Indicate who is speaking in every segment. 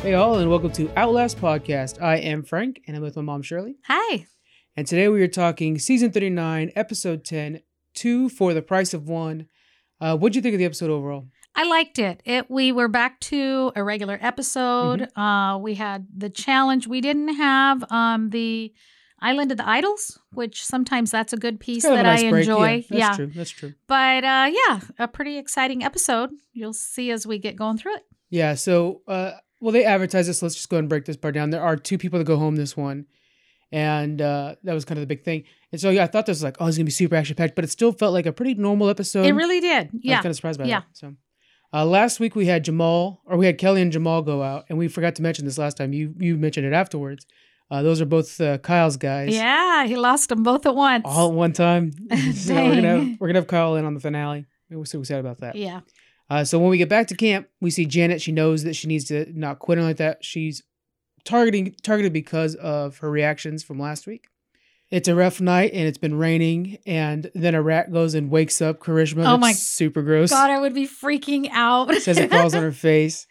Speaker 1: Hey, all, and welcome to Outlast Podcast. I am Frank, and I'm with my mom, Shirley.
Speaker 2: Hi.
Speaker 1: And today we are talking season 39, episode 10, two for the price of one. Uh, what'd you think of the episode overall?
Speaker 2: I liked it. It we were back to a regular episode.
Speaker 1: Mm-hmm.
Speaker 2: Uh we had the challenge. We didn't have um the Island of the Idols, which sometimes that's a good piece
Speaker 1: Kind of
Speaker 2: that
Speaker 1: a nice
Speaker 2: I
Speaker 1: break.
Speaker 2: enjoy.
Speaker 1: Yeah, that's true. That's true.
Speaker 2: But uh yeah, a pretty exciting episode. You'll see as we get going through it.
Speaker 1: Yeah, so, uh, well, they advertised this. So let's just go ahead and break this part down. There are two people that go home this one, and uh, that was kind of the big thing. And so, yeah, I thought this was like, oh, it's going to be super action packed, but it still felt like a pretty normal episode.
Speaker 2: it really did.
Speaker 1: I
Speaker 2: Yeah.
Speaker 1: was kind of surprised by
Speaker 2: Yeah.
Speaker 1: that. So uh, last week we had Jamal, or we had Kelly and Jamal go out, and we forgot to mention this last time. You you mentioned it afterwards. Uh, those are both uh, Kyle's guys.
Speaker 2: Yeah, he lost them both at once.
Speaker 1: All at one time. so we're gonna have,
Speaker 2: Dang.
Speaker 1: we're gonna have Kyle in on the finale. We're so excited about that.
Speaker 2: yeah.
Speaker 1: Uh, so when we get back to camp, we see Janet. She knows that she needs to not quit on like that. She's targeting targeted because of her reactions from last week. It's a rough night and it's been raining. And then a rat goes and wakes up Karishma.
Speaker 2: Oh
Speaker 1: It's
Speaker 2: my
Speaker 1: super gross
Speaker 2: God, I would be freaking out.
Speaker 1: says it falls on her face.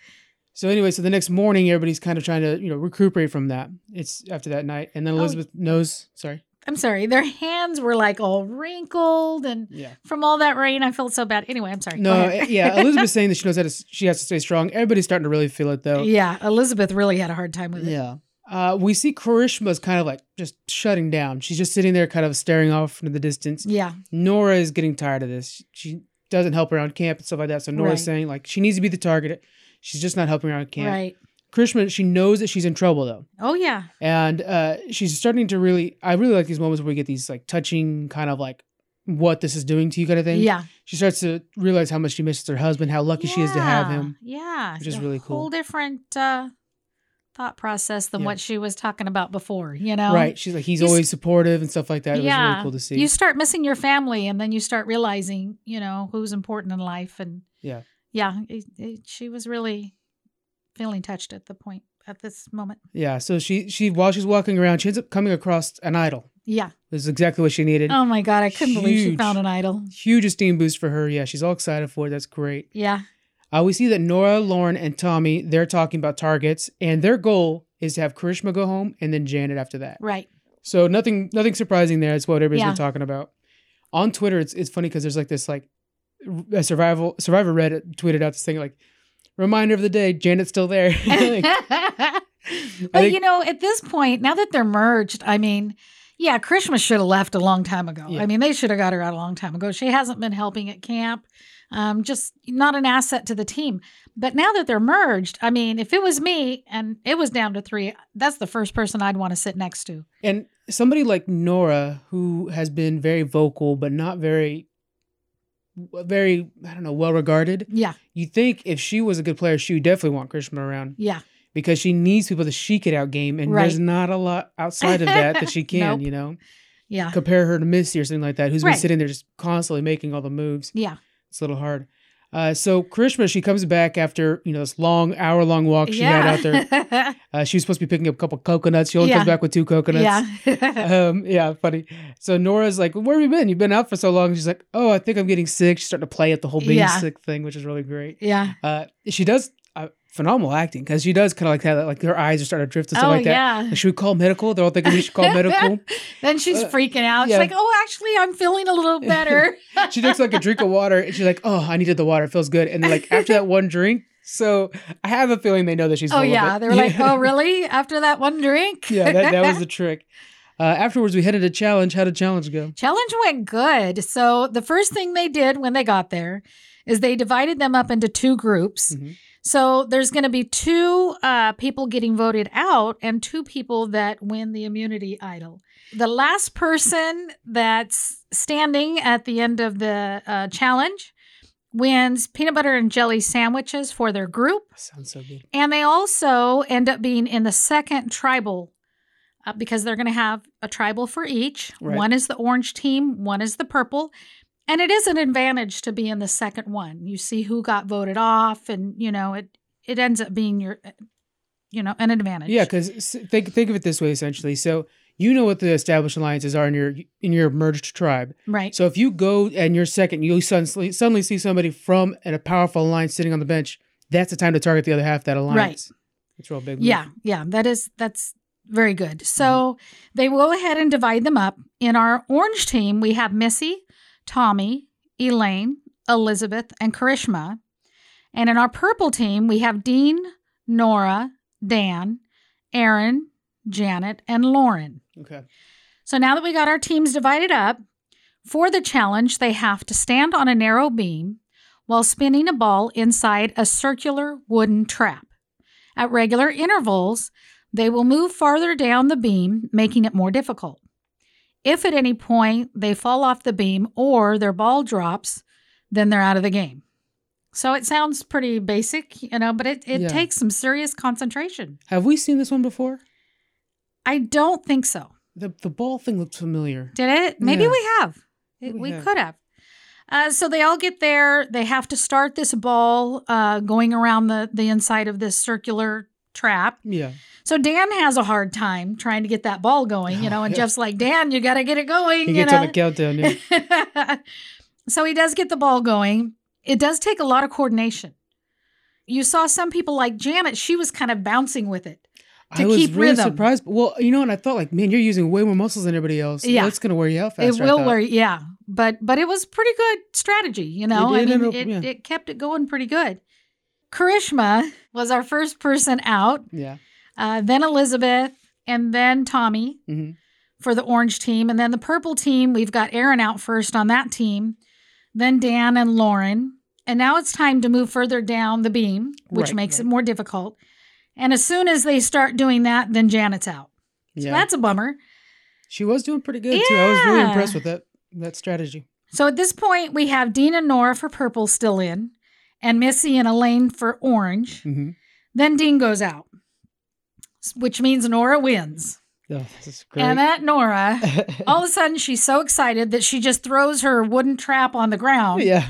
Speaker 1: So anyway, so the next morning, everybody's kind of trying to you know recuperate from that. It's after that night, and then
Speaker 2: Oh.
Speaker 1: Elizabeth knows. Sorry.
Speaker 2: I'm sorry. Their hands were like all wrinkled and
Speaker 1: Yeah.
Speaker 2: from all that rain, I felt so bad. Anyway, I'm sorry. Go
Speaker 1: No.
Speaker 2: ahead.
Speaker 1: yeah. Elizabeth's saying that she knows how to. She has to stay strong. Everybody's starting to really feel it though.
Speaker 2: Yeah, Elizabeth really had a hard time with it.
Speaker 1: Yeah. Uh, we see Karishma's kind of like just shutting down. She's just sitting there, kind of staring off into the distance.
Speaker 2: Yeah,
Speaker 1: Nora is getting tired of this. She doesn't help around camp and stuff like that. So Nora's
Speaker 2: Right.
Speaker 1: saying like she needs to be the target. She's just not helping around camp.
Speaker 2: right.
Speaker 1: Karishma, she knows that she's in trouble though.
Speaker 2: Oh yeah,
Speaker 1: and uh, she's starting to really i really like these moments where we get these like touching kind of like what this is doing to you kind of thing
Speaker 2: yeah.
Speaker 1: she starts to realize how much she misses her husband how lucky she is to have
Speaker 2: Yeah,
Speaker 1: him
Speaker 2: Yeah,
Speaker 1: which is
Speaker 2: a
Speaker 1: really cool.
Speaker 2: Whole different uh, thought process than
Speaker 1: Yeah.
Speaker 2: what she was talking about before. You know,
Speaker 1: right she's like he's,
Speaker 2: He's-
Speaker 1: always supportive and stuff like that it was really
Speaker 2: Yeah.
Speaker 1: cool to see
Speaker 2: You start missing your family, and then you start realizing, you know, who's important in life, and
Speaker 1: Yeah.
Speaker 2: yeah. It, it, she was really feeling touched at the point at this moment.
Speaker 1: yeah so she she while she's walking around she ends up coming across an idol
Speaker 2: Yeah.
Speaker 1: this is exactly what she needed
Speaker 2: Oh my God, I couldn't believe she
Speaker 1: Huge.
Speaker 2: found an idol.
Speaker 1: huge esteem boost for her yeah she's all excited for it that's great
Speaker 2: Yeah.
Speaker 1: uh, we see that nora lauren and tommy they're talking about targets and their goal is to have karishma go home and then janet after that
Speaker 2: Right.
Speaker 1: So nothing, nothing surprising there. It's what everybody's
Speaker 2: Yeah.
Speaker 1: been talking about on Twitter. It's it's funny because there's like this like r- a survival survivor Reddit tweeted out this thing like reminder of the day Janet's still there. Like,
Speaker 2: but
Speaker 1: think-
Speaker 2: you know, at this point, now that they're merged, I mean, yeah, Krishma should have left a long time ago.
Speaker 1: Yeah.
Speaker 2: I mean, they should have got her out a long time ago. She hasn't been helping at camp. Um, just not an asset to the team. But now that they're merged, I mean, if it was me and it was down to three, that's the first person I'd want to sit next to.
Speaker 1: and somebody like Nora who has been very vocal but not very very I don't know well regarded.
Speaker 2: Yeah,
Speaker 1: You think if she was a good player, she would definitely want Krishna around
Speaker 2: yeah,
Speaker 1: because she needs people that she could outgame, and there's
Speaker 2: Right.
Speaker 1: not a lot outside of that that she can.
Speaker 2: Nope.
Speaker 1: You know.
Speaker 2: yeah,
Speaker 1: compare her to Missy or something like that, who's been
Speaker 2: Right.
Speaker 1: sitting there just constantly making all the moves.
Speaker 2: yeah,
Speaker 1: It's a little hard. Uh, so Krishma, she comes back after you know this long hour long walk she had out there.
Speaker 2: yeah.
Speaker 1: Uh, she was supposed to be picking up a couple coconuts. She only
Speaker 2: Yeah.
Speaker 1: comes back with two coconuts.
Speaker 2: yeah.
Speaker 1: Um, yeah, funny. So Nora's like, "Where have you been? You've been out for so long." She's like, "Oh, I think I'm getting sick." She's starting to play at the whole being
Speaker 2: Yeah.
Speaker 1: sick thing, which is really great.
Speaker 2: yeah.
Speaker 1: Uh, she does uh, phenomenal acting because she does kind of like that. Like her eyes are starting to drift and stuff
Speaker 2: Oh,
Speaker 1: like that.
Speaker 2: yeah.
Speaker 1: Like, should we call medical? They're all thinking we should call medical.
Speaker 2: Then she's
Speaker 1: Uh,
Speaker 2: freaking out.
Speaker 1: yeah.
Speaker 2: She's like, "Oh, actually, I'm feeling a little better."
Speaker 1: she takes like a drink of water and she's like, "Oh, I needed the water. It feels good." And then, like after that one drink, so I have a feeling they know that she's.
Speaker 2: oh
Speaker 1: full of
Speaker 2: yeah,
Speaker 1: it.
Speaker 2: they were like, "Oh, really?" After that one drink.
Speaker 1: yeah, that, that was the trick. Uh, afterwards, we headed to challenge. How did challenge go?
Speaker 2: challenge went good. So the first thing they did when they got there is they divided them up into two groups.
Speaker 1: Mhm.
Speaker 2: So there's going to be two uh, people getting voted out and two people that win the immunity idol. The last person that's standing at the end of the uh, challenge wins peanut butter and jelly sandwiches for their group.
Speaker 1: Sounds so good.
Speaker 2: And they also end up being in the second tribal uh, because they're going to have a tribal for each.
Speaker 1: Right.
Speaker 2: One is the orange team, one is the purple. And it is an advantage to be in the second one. You see who got voted off, and you know it. It ends up being your, uh, you know, an advantage.
Speaker 1: Yeah, because think think of it this way essentially. So you know what the established alliances are in your in your merged tribe.
Speaker 2: right.
Speaker 1: So if you go and you're second, you suddenly suddenly see somebody from a powerful alliance sitting on the bench. That's the time to target the other half of that alliance. It's a real big. move.
Speaker 2: Yeah, yeah, that is that's very good. So they will go ahead and divide them up. In our orange team, we have Missy, Tommy, Elaine, Elizabeth, and Karishma. And in our purple team, we have Dean, Nora, Dan, Aaron, Janet, and Lauren.
Speaker 1: Okay.
Speaker 2: So now that we got our teams divided up, for the challenge, they have to stand on a narrow beam while spinning a ball inside a circular wooden trap. At regular intervals, they will move farther down the beam, making it more difficult. If at any point they fall off the beam or their ball drops, then they're out of the game. So it sounds pretty basic, you know, but it, it
Speaker 1: Yeah.
Speaker 2: takes some serious concentration.
Speaker 1: Have we seen this one before?
Speaker 2: I don't think so.
Speaker 1: The the ball thing looks familiar.
Speaker 2: Did it? Maybe
Speaker 1: Yeah.
Speaker 2: we have. It-
Speaker 1: We
Speaker 2: we
Speaker 1: have.
Speaker 2: could have. Uh, so they all get there. They have to start this ball uh, going around the, the inside of this circular trap.
Speaker 1: Yeah.
Speaker 2: So Dan has a hard time trying to get that ball going, you know. And
Speaker 1: Oh, Yeah.
Speaker 2: Jeff's like, Dan, you got to get it going.
Speaker 1: He
Speaker 2: you
Speaker 1: gets
Speaker 2: know?
Speaker 1: on the countdown. Yeah.
Speaker 2: so he does get the ball going. It does take a lot of coordination. You saw some people like Janet, she was kind of bouncing with it.
Speaker 1: I
Speaker 2: to
Speaker 1: was
Speaker 2: keep
Speaker 1: really
Speaker 2: rhythm.
Speaker 1: surprised. Well, you know, and I thought like, man, you're using way more muscles than everybody else.
Speaker 2: Yeah.
Speaker 1: That's gonna wear you out faster.
Speaker 2: it will wear yeah but but it was pretty good strategy you know
Speaker 1: did
Speaker 2: i mean
Speaker 1: end up-
Speaker 2: it,
Speaker 1: yeah.
Speaker 2: it kept it going pretty good karishma was our first person out
Speaker 1: Yeah.
Speaker 2: uh, then elizabeth and then tommy
Speaker 1: hmm
Speaker 2: for the orange team and then the purple team we've got aaron out first on that team then dan and lauren and now it's time to move further down the beam which
Speaker 1: Right,
Speaker 2: makes it
Speaker 1: right.
Speaker 2: more difficult and as soon as they start doing that then janet's out so
Speaker 1: Yeah.
Speaker 2: that's a bummer
Speaker 1: she was doing pretty good too. I was really
Speaker 2: Yeah.
Speaker 1: impressed with that that strategy.
Speaker 2: So at this point, we have Dean and Nora for purple still in, and Missy and Elaine for orange.
Speaker 1: Mm-hmm.
Speaker 2: Then Dean goes out, s- which means Nora wins.
Speaker 1: Oh, this is great.
Speaker 2: And that Nora, all of a sudden, she's so excited that she just throws her wooden trap on the ground,
Speaker 1: yeah.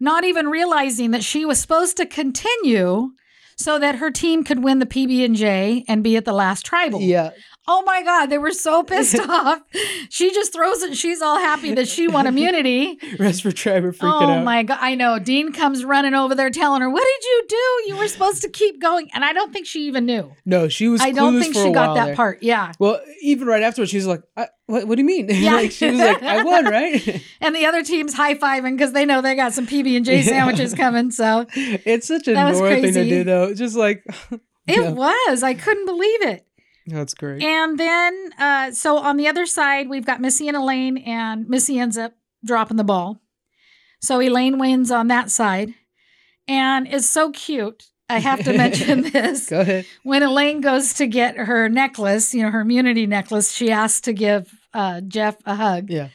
Speaker 2: not even realizing that she was supposed to continue so that her team could win the PB&J and be at the last tribal.
Speaker 1: Yeah.
Speaker 2: Oh my God, they were so pissed off. She just throws it. She's all happy that she won immunity.
Speaker 1: Rest for Trevor freaking
Speaker 2: oh
Speaker 1: out.
Speaker 2: my god! I know. Dean comes running over there, telling her, "What did you do? You were supposed to keep going." And I don't think she even knew.
Speaker 1: No, she was.
Speaker 2: I don't
Speaker 1: clueless
Speaker 2: think
Speaker 1: for
Speaker 2: she
Speaker 1: a
Speaker 2: got
Speaker 1: while
Speaker 2: that
Speaker 1: there.
Speaker 2: part. Yeah.
Speaker 1: Well, even right afterwards, she was like, I, what, "What do you mean?"
Speaker 2: Yeah.
Speaker 1: like, she was like, "I won, right?"
Speaker 2: And the other team's high fiving because they know they got some PB and J
Speaker 1: Yeah.
Speaker 2: sandwiches coming. So
Speaker 1: it's such a
Speaker 2: That was
Speaker 1: Nora thing to
Speaker 2: crazy.
Speaker 1: do, though. It's just like,
Speaker 2: it
Speaker 1: Yeah.
Speaker 2: was. I couldn't believe it.
Speaker 1: that's great.
Speaker 2: And then, uh, so on the other side, we've got Missy and Elaine, and Missy ends up dropping the ball. So Elaine wins on that side, and it's so cute. I have to mention this.
Speaker 1: Go ahead.
Speaker 2: when Elaine goes to get her necklace, you know, her immunity necklace, she asks to give uh, Jeff a hug.
Speaker 1: Yeah.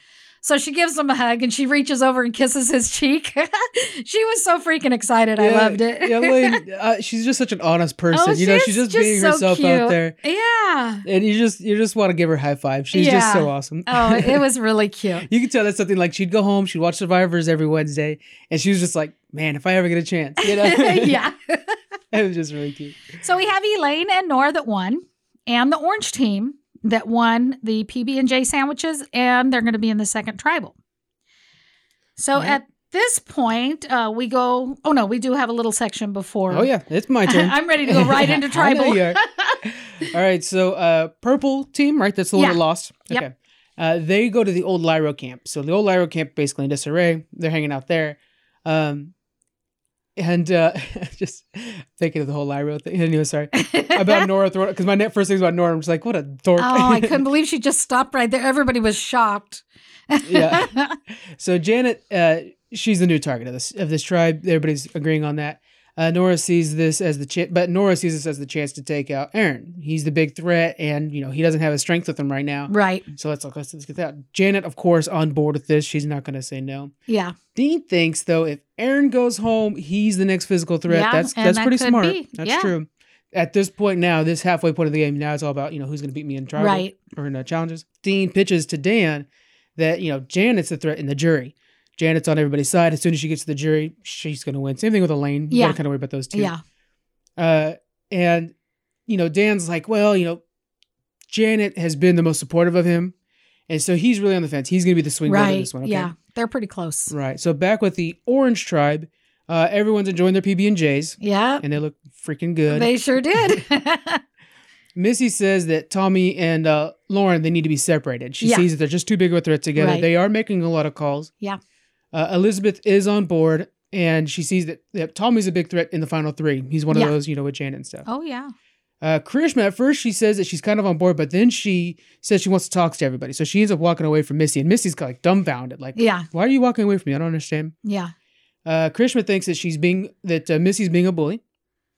Speaker 2: So she gives him a hug and she reaches over and kisses his cheek. she was so freaking excited. I
Speaker 1: Yeah,
Speaker 2: loved it. Oh,
Speaker 1: yeah, Lynn, uh, she's just such an honest person. you know, she's just, being
Speaker 2: so
Speaker 1: herself out
Speaker 2: cute.
Speaker 1: there,
Speaker 2: Yeah.
Speaker 1: and you just you just want to give her a high five. She's just so
Speaker 2: Yeah.
Speaker 1: awesome.
Speaker 2: Oh, it was really cute.
Speaker 1: you could tell that's something like she'd go home, she'd watch Survivors every Wednesday, and she was just like, "Man, if I ever get a chance," you know.
Speaker 2: yeah.
Speaker 1: it was just really cute.
Speaker 2: So we have Elaine and Nora that won, and the orange team that won the PB and J sandwiches, and they're going to be in the second tribal. So
Speaker 1: Right.
Speaker 2: at this point, uh, we go. Oh no, we do have a little section before.
Speaker 1: Oh yeah, it's my turn.
Speaker 2: I'm ready to go right into
Speaker 1: I know
Speaker 2: tribal.
Speaker 1: you are. All right, so uh, purple team, right? That's the one
Speaker 2: Yeah.
Speaker 1: that lost.
Speaker 2: Yep.
Speaker 1: Uh, they go to the old Lyro camp. So the old Lyro camp, basically in disarray. They're hanging out there, um, and uh, just thinking of the whole Lyro thing. Anyway, sorry about Nora throwing because my net first thing's about Nora. I'm just like, what a dork.
Speaker 2: oh, I couldn't believe she just stopped right there. Everybody was shocked.
Speaker 1: yeah. So Janet, uh, she's the new target of this of this tribe. Everybody's agreeing on that. Uh, Nora sees this as the chance, but Nora sees this as the chance to take out Aaron. He's the big threat, and you know he doesn't have his strength with him right now.
Speaker 2: right.
Speaker 1: So let's let's, let's get that. Janet, of course, on board with this. She's not going to say no.
Speaker 2: Yeah.
Speaker 1: Dean thinks though, if Aaron goes home, he's the next physical threat.
Speaker 2: Yeah,
Speaker 1: that's
Speaker 2: and
Speaker 1: that's
Speaker 2: that
Speaker 1: pretty
Speaker 2: could
Speaker 1: smart.
Speaker 2: be.
Speaker 1: That's
Speaker 2: Yeah.
Speaker 1: true. At this point now, this halfway point of the game, now it's all about you know who's going to beat me in tribal
Speaker 2: Right.
Speaker 1: or in uh, challenges. Dean pitches to Dan that you know Janet's the threat in the jury. Janet's on everybody's side. As soon as she gets to the jury, she's going to win. Same thing with Elaine. You
Speaker 2: Yeah.
Speaker 1: got to kind of worry about those two.
Speaker 2: Yeah.
Speaker 1: Uh, and you know, Dan's like, well, you know, Janet has been the most supportive of him, and so he's really on the fence. He's going to be the swing vote in
Speaker 2: Right.
Speaker 1: this one. Okay?
Speaker 2: Yeah. They're pretty close.
Speaker 1: Right. So back with the Orange Tribe, Uh, everyone's enjoying their PB and J's,
Speaker 2: Yeah,
Speaker 1: and they look freaking good.
Speaker 2: they sure did.
Speaker 1: Missy says that Tommy and uh, Lauren they need to be separated. She
Speaker 2: Yeah.
Speaker 1: sees that they're just too big of a threat together.
Speaker 2: Right.
Speaker 1: They are making a lot of calls.
Speaker 2: Yeah.
Speaker 1: Uh, Elizabeth is on board, and she sees that, that Tommy's a big threat in the final three. He's one
Speaker 2: Yeah.
Speaker 1: of those, you know, with Janet and stuff.
Speaker 2: oh yeah,
Speaker 1: Uh, Krishma at first she says that she's kind of on board, but then she says she wants to talk to everybody. So she ends up walking away from Missy, and Missy's like dumbfounded, like,
Speaker 2: yeah,
Speaker 1: "Why are you walking away from me? I don't understand."
Speaker 2: yeah,
Speaker 1: Uh, Krishma thinks that she's being that uh, Missy's being a bully,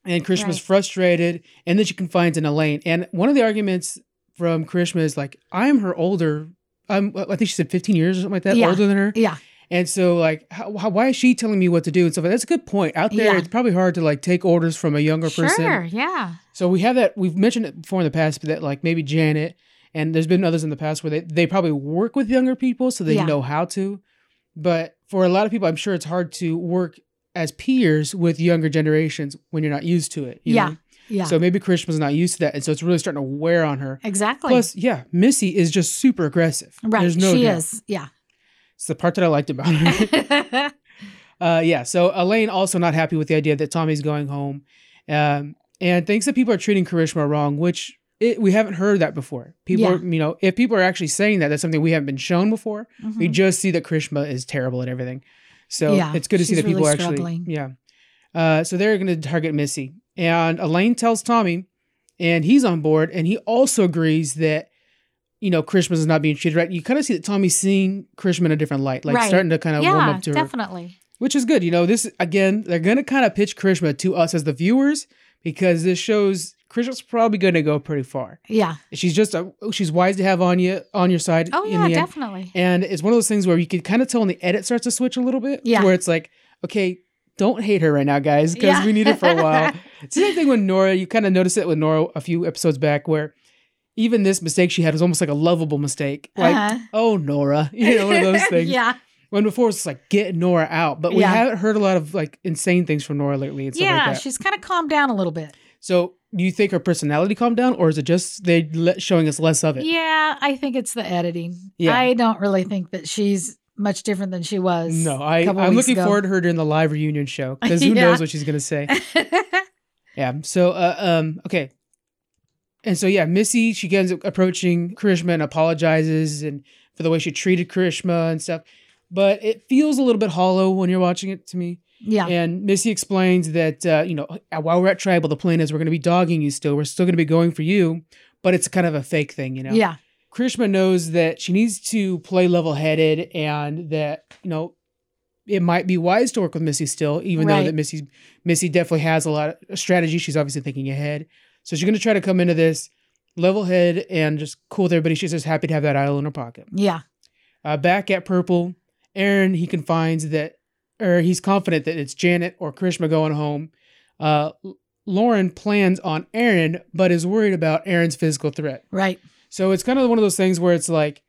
Speaker 1: and Krishma's
Speaker 2: Right.
Speaker 1: frustrated, and then she confides in Elaine. And one of the arguments from Krishma is like, "I'm her older. I'm I think she said 15 years or something like that,
Speaker 2: Yeah.
Speaker 1: older than her."
Speaker 2: yeah,
Speaker 1: And so like, how, how, why is she telling me what to do and stuff? That's a good point. Out there,
Speaker 2: Yeah.
Speaker 1: it's probably hard to like take orders from a younger person.
Speaker 2: sure, yeah,
Speaker 1: So we have that. We've mentioned it before in the past but that like maybe Janet and there's been others in the past where they, they probably work with younger people so they
Speaker 2: Yeah.
Speaker 1: know how to. But for a lot of people, I'm sure it's hard to work as peers with younger generations when you're not used to it. you
Speaker 2: Yeah,
Speaker 1: know?
Speaker 2: yeah,
Speaker 1: So maybe Krishna's not used to that, and so it's really starting to wear on her.
Speaker 2: exactly.
Speaker 1: Plus, yeah, Missy is just super aggressive.
Speaker 2: right,
Speaker 1: There's no
Speaker 2: she
Speaker 1: doubt.
Speaker 2: is. Yeah,
Speaker 1: It's the part that I liked about her. Uh, yeah. So Elaine also not happy with the idea that Tommy's going home, um, and thinks that people are treating Karishma wrong, which it, we haven't heard that before. People,
Speaker 2: Yeah.
Speaker 1: are, you know, if people are actually saying that, that's something we haven't been shown before. We
Speaker 2: Mhm.
Speaker 1: just see that Krishma is terrible at everything. So
Speaker 2: Yeah,
Speaker 1: it's good to see
Speaker 2: she's
Speaker 1: that people
Speaker 2: really
Speaker 1: are actually,
Speaker 2: struggling.
Speaker 1: yeah. Uh, so they're going to target Missy, and Elaine tells Tommy, and he's on board, and he also agrees that. You know, Krishma's is not being treated right. You kind of see that Tommy's seeing Krishma in a different light, like
Speaker 2: Right.
Speaker 1: starting to kind of warm
Speaker 2: yeah,
Speaker 1: up to her
Speaker 2: definitely.
Speaker 1: which is good. You know, this again, they're gonna kind of pitch Krishna to us as the viewers because this shows Krishna's probably gonna go pretty far.
Speaker 2: Yeah.
Speaker 1: She's just a, she's wise to have on you on your side.
Speaker 2: Oh
Speaker 1: in
Speaker 2: yeah,
Speaker 1: the end.
Speaker 2: definitely.
Speaker 1: And it's one of those things where you can kind of tell when the edit starts to switch a little bit.
Speaker 2: Yeah.
Speaker 1: Where it's like, okay, don't hate her right now, guys, because
Speaker 2: Yeah.
Speaker 1: we need her for a while. it's the same thing with Nora. You kind of notice it with Nora a few episodes back where even this mistake she had was almost like a lovable mistake. Like,
Speaker 2: Uh-huh.
Speaker 1: oh Nora. You know, one of those things.
Speaker 2: yeah.
Speaker 1: When before it's like get Nora out, but we
Speaker 2: Yeah.
Speaker 1: haven't heard a lot of like insane things from Nora lately and stuff
Speaker 2: Yeah,
Speaker 1: like that.
Speaker 2: she's kind of calmed down a little bit.
Speaker 1: so do you think her personality calmed down, or is it just they le- showing us less of it?
Speaker 2: Yeah, I think it's the editing.
Speaker 1: Yeah.
Speaker 2: I don't really think that she's much different than she was.
Speaker 1: No, I
Speaker 2: couple
Speaker 1: I'm
Speaker 2: weeks
Speaker 1: looking
Speaker 2: ago.
Speaker 1: forward to her during the live reunion show because who
Speaker 2: Yeah.
Speaker 1: knows what she's gonna say. Yeah. So uh, um okay. And so yeah, Missy she ends up approaching Krishma and apologizes and for the way she treated Krishma and stuff, but it feels a little bit hollow when you're watching it to me.
Speaker 2: yeah.
Speaker 1: And Missy explains that, uh, you know, while we're at tribal, the plan is we're going to be dogging you still. We're still going to be going for you, but it's kind of a fake thing, you know?
Speaker 2: Yeah.
Speaker 1: Krishma knows that she needs to play level headed and that, you know, it might be wise to work with Missy still, even though
Speaker 2: Right.
Speaker 1: that Missy Missy definitely has a lot of strategy. She's obviously thinking ahead. So she's going to try to come into this level head and just cool with everybody. She's just happy to have that idol in her pocket.
Speaker 2: Yeah.
Speaker 1: Uh, back at Purple, Aaron he confines that, or he's confident that it's Janet or Krishma going home. Uh, L- Lauren plans on Aaron, but is worried about Aaron's physical threat.
Speaker 2: Right.
Speaker 1: So it's kind of one of those things where it's like,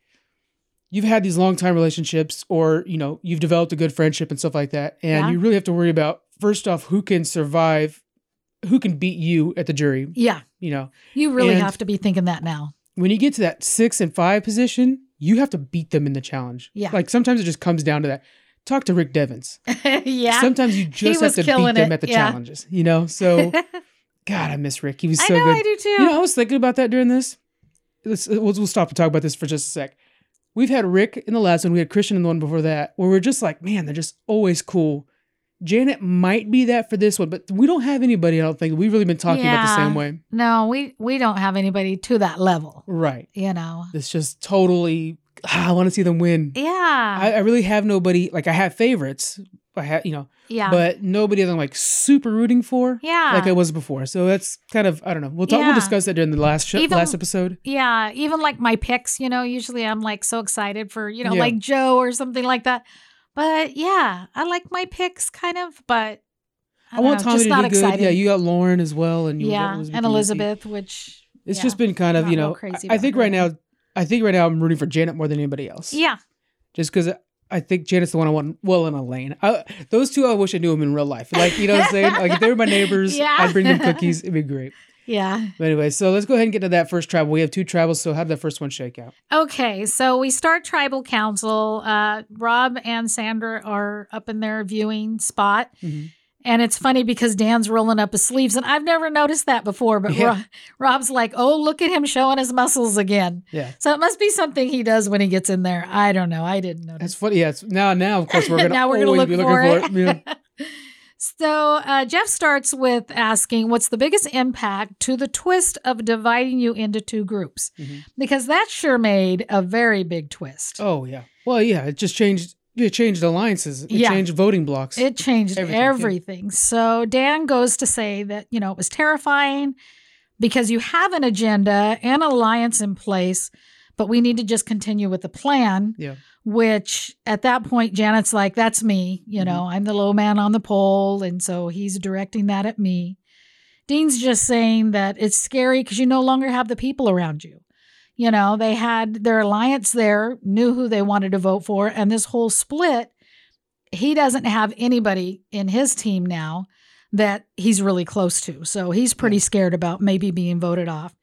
Speaker 1: you've had these long time relationships, or you know, you've developed a good friendship and stuff like that, and
Speaker 2: Yeah.
Speaker 1: you really have to worry about first off who can survive, who can beat you at the jury.
Speaker 2: Yeah.
Speaker 1: You know,
Speaker 2: You really
Speaker 1: And-
Speaker 2: have to be thinking that now.
Speaker 1: when you get to that six and five position, you have to beat them in the challenge.
Speaker 2: Yeah.
Speaker 1: Like sometimes it just comes down to that. Talk to Rick Devens.
Speaker 2: yeah.
Speaker 1: Sometimes you just have
Speaker 2: was
Speaker 1: to beat
Speaker 2: killing
Speaker 1: them
Speaker 2: it,
Speaker 1: at the
Speaker 2: yeah.
Speaker 1: challenges, you know? So, God, I miss Rick. He was
Speaker 2: I
Speaker 1: so
Speaker 2: know,
Speaker 1: good.
Speaker 2: I do too.
Speaker 1: You know, I was thinking about that during this. Let's, uh, we'll, we'll stop and talk about this for just a sec. We've had Rick in the last one, we had Christian in the one before that, where we're just like, man, they're just always cool. Janet might be that for this one, but we don't have anybody, I don't think. We've really been talking about the
Speaker 2: Yeah.
Speaker 1: same way.
Speaker 2: no, we we don't have anybody to that level,
Speaker 1: Right.
Speaker 2: you know.
Speaker 1: It's just totally, ah, I want to see them win.
Speaker 2: Yeah.
Speaker 1: I, I really have nobody. Like I have favorites. I have you know,
Speaker 2: yeah.
Speaker 1: but nobody that I'm like super rooting for.
Speaker 2: yeah.
Speaker 1: Like I was before. So that's kind of I don't know. We'll talk. We'll
Speaker 2: Yeah.
Speaker 1: discuss that during the last show,
Speaker 2: Even-
Speaker 1: last episode.
Speaker 2: Yeah, even like my picks, you know, usually I'm like so excited for, you know,
Speaker 1: Yeah.
Speaker 2: like Joe or something like that. But yeah, I like my picks kind of, but I,
Speaker 1: I,
Speaker 2: don't
Speaker 1: want
Speaker 2: know,
Speaker 1: Tommy
Speaker 2: just
Speaker 1: to
Speaker 2: not
Speaker 1: do
Speaker 2: excited.
Speaker 1: good. Yeah, you got Lauren as well, and you got
Speaker 2: yeah, and
Speaker 1: Lucy.
Speaker 2: Elizabeth, which
Speaker 1: It's
Speaker 2: yeah,
Speaker 1: just been kind of
Speaker 2: not
Speaker 1: you
Speaker 2: real
Speaker 1: know.
Speaker 2: crazy
Speaker 1: I, I
Speaker 2: about
Speaker 1: think
Speaker 2: her.
Speaker 1: right now, I think right now I'm rooting for Janet more than anybody else.
Speaker 2: yeah,
Speaker 1: Just because. I think Janet's the one I want. Well, and Elaine, I, those two I wish I knew them in real life. Like you know, what I'm saying, like if they were my neighbors,
Speaker 2: Yeah.
Speaker 1: I'd bring them cookies. It'd be great.
Speaker 2: Yeah.
Speaker 1: But anyway, so let's go ahead and get to that first tribal. We have two tribals, so how did that first one shake out?
Speaker 2: Okay, so we start tribal council. Uh, Rob and Sandra are up in their viewing spot.
Speaker 1: Mhm.
Speaker 2: And it's funny because Dan's rolling up his sleeves, and I've never noticed that before. But
Speaker 1: Yeah.
Speaker 2: Ro- Rob's like, "Oh, look at him showing his muscles again."
Speaker 1: Yeah.
Speaker 2: So it must be something he does when he gets in there. I don't know. I didn't notice.
Speaker 1: That's funny. Yeah. it's- Now, now, of course, we're gonna
Speaker 2: now we're
Speaker 1: always
Speaker 2: gonna look
Speaker 1: be looking
Speaker 2: for
Speaker 1: for it.
Speaker 2: it.
Speaker 1: Yeah.
Speaker 2: So uh, Jeff starts with asking, "What's the biggest impact to the twist of dividing you into two groups?"
Speaker 1: Mhm.
Speaker 2: Because that sure made a very big twist.
Speaker 1: Oh yeah. Well, yeah. It just changed. It changed alliances. It
Speaker 2: Yeah.
Speaker 1: changed voting blocks.
Speaker 2: It changed
Speaker 1: Everything,
Speaker 2: everything.
Speaker 1: yeah.
Speaker 2: So Dan goes to say that, you know, it was terrifying because you have an agenda and alliance in place, but we need to just continue with the plan.
Speaker 1: Yeah.
Speaker 2: Which at that point, Janet's like, that's me. You
Speaker 1: Mhm.
Speaker 2: know, I'm the low man on the pole. And so he's directing that at me. Dean's just saying that it's scary because you no longer have the people around you. You know, they had their alliance there, knew who they wanted to vote for, and this whole split, he doesn't have anybody in his team now that he's really close to. So he's pretty scared about maybe being voted off.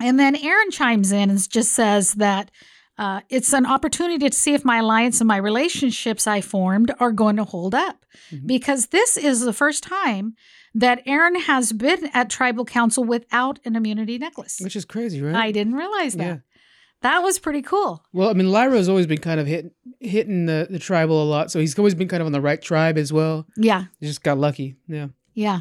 Speaker 2: And then Aaron chimes in and just says that uh, it's an opportunity to see if my alliance and my relationships I formed are going to hold up.
Speaker 1: Mhm.
Speaker 2: Because this is the first time that Aaron has been at tribal council without an immunity necklace.
Speaker 1: which is crazy, right?
Speaker 2: I didn't realize that.
Speaker 1: Yeah.
Speaker 2: That was pretty cool.
Speaker 1: Well, I mean, Lyra's always been kind of hitting hitting the, the tribal a lot, so he's always been kind of on the right tribe as well.
Speaker 2: Yeah.
Speaker 1: He just got lucky. Yeah.
Speaker 2: Yeah.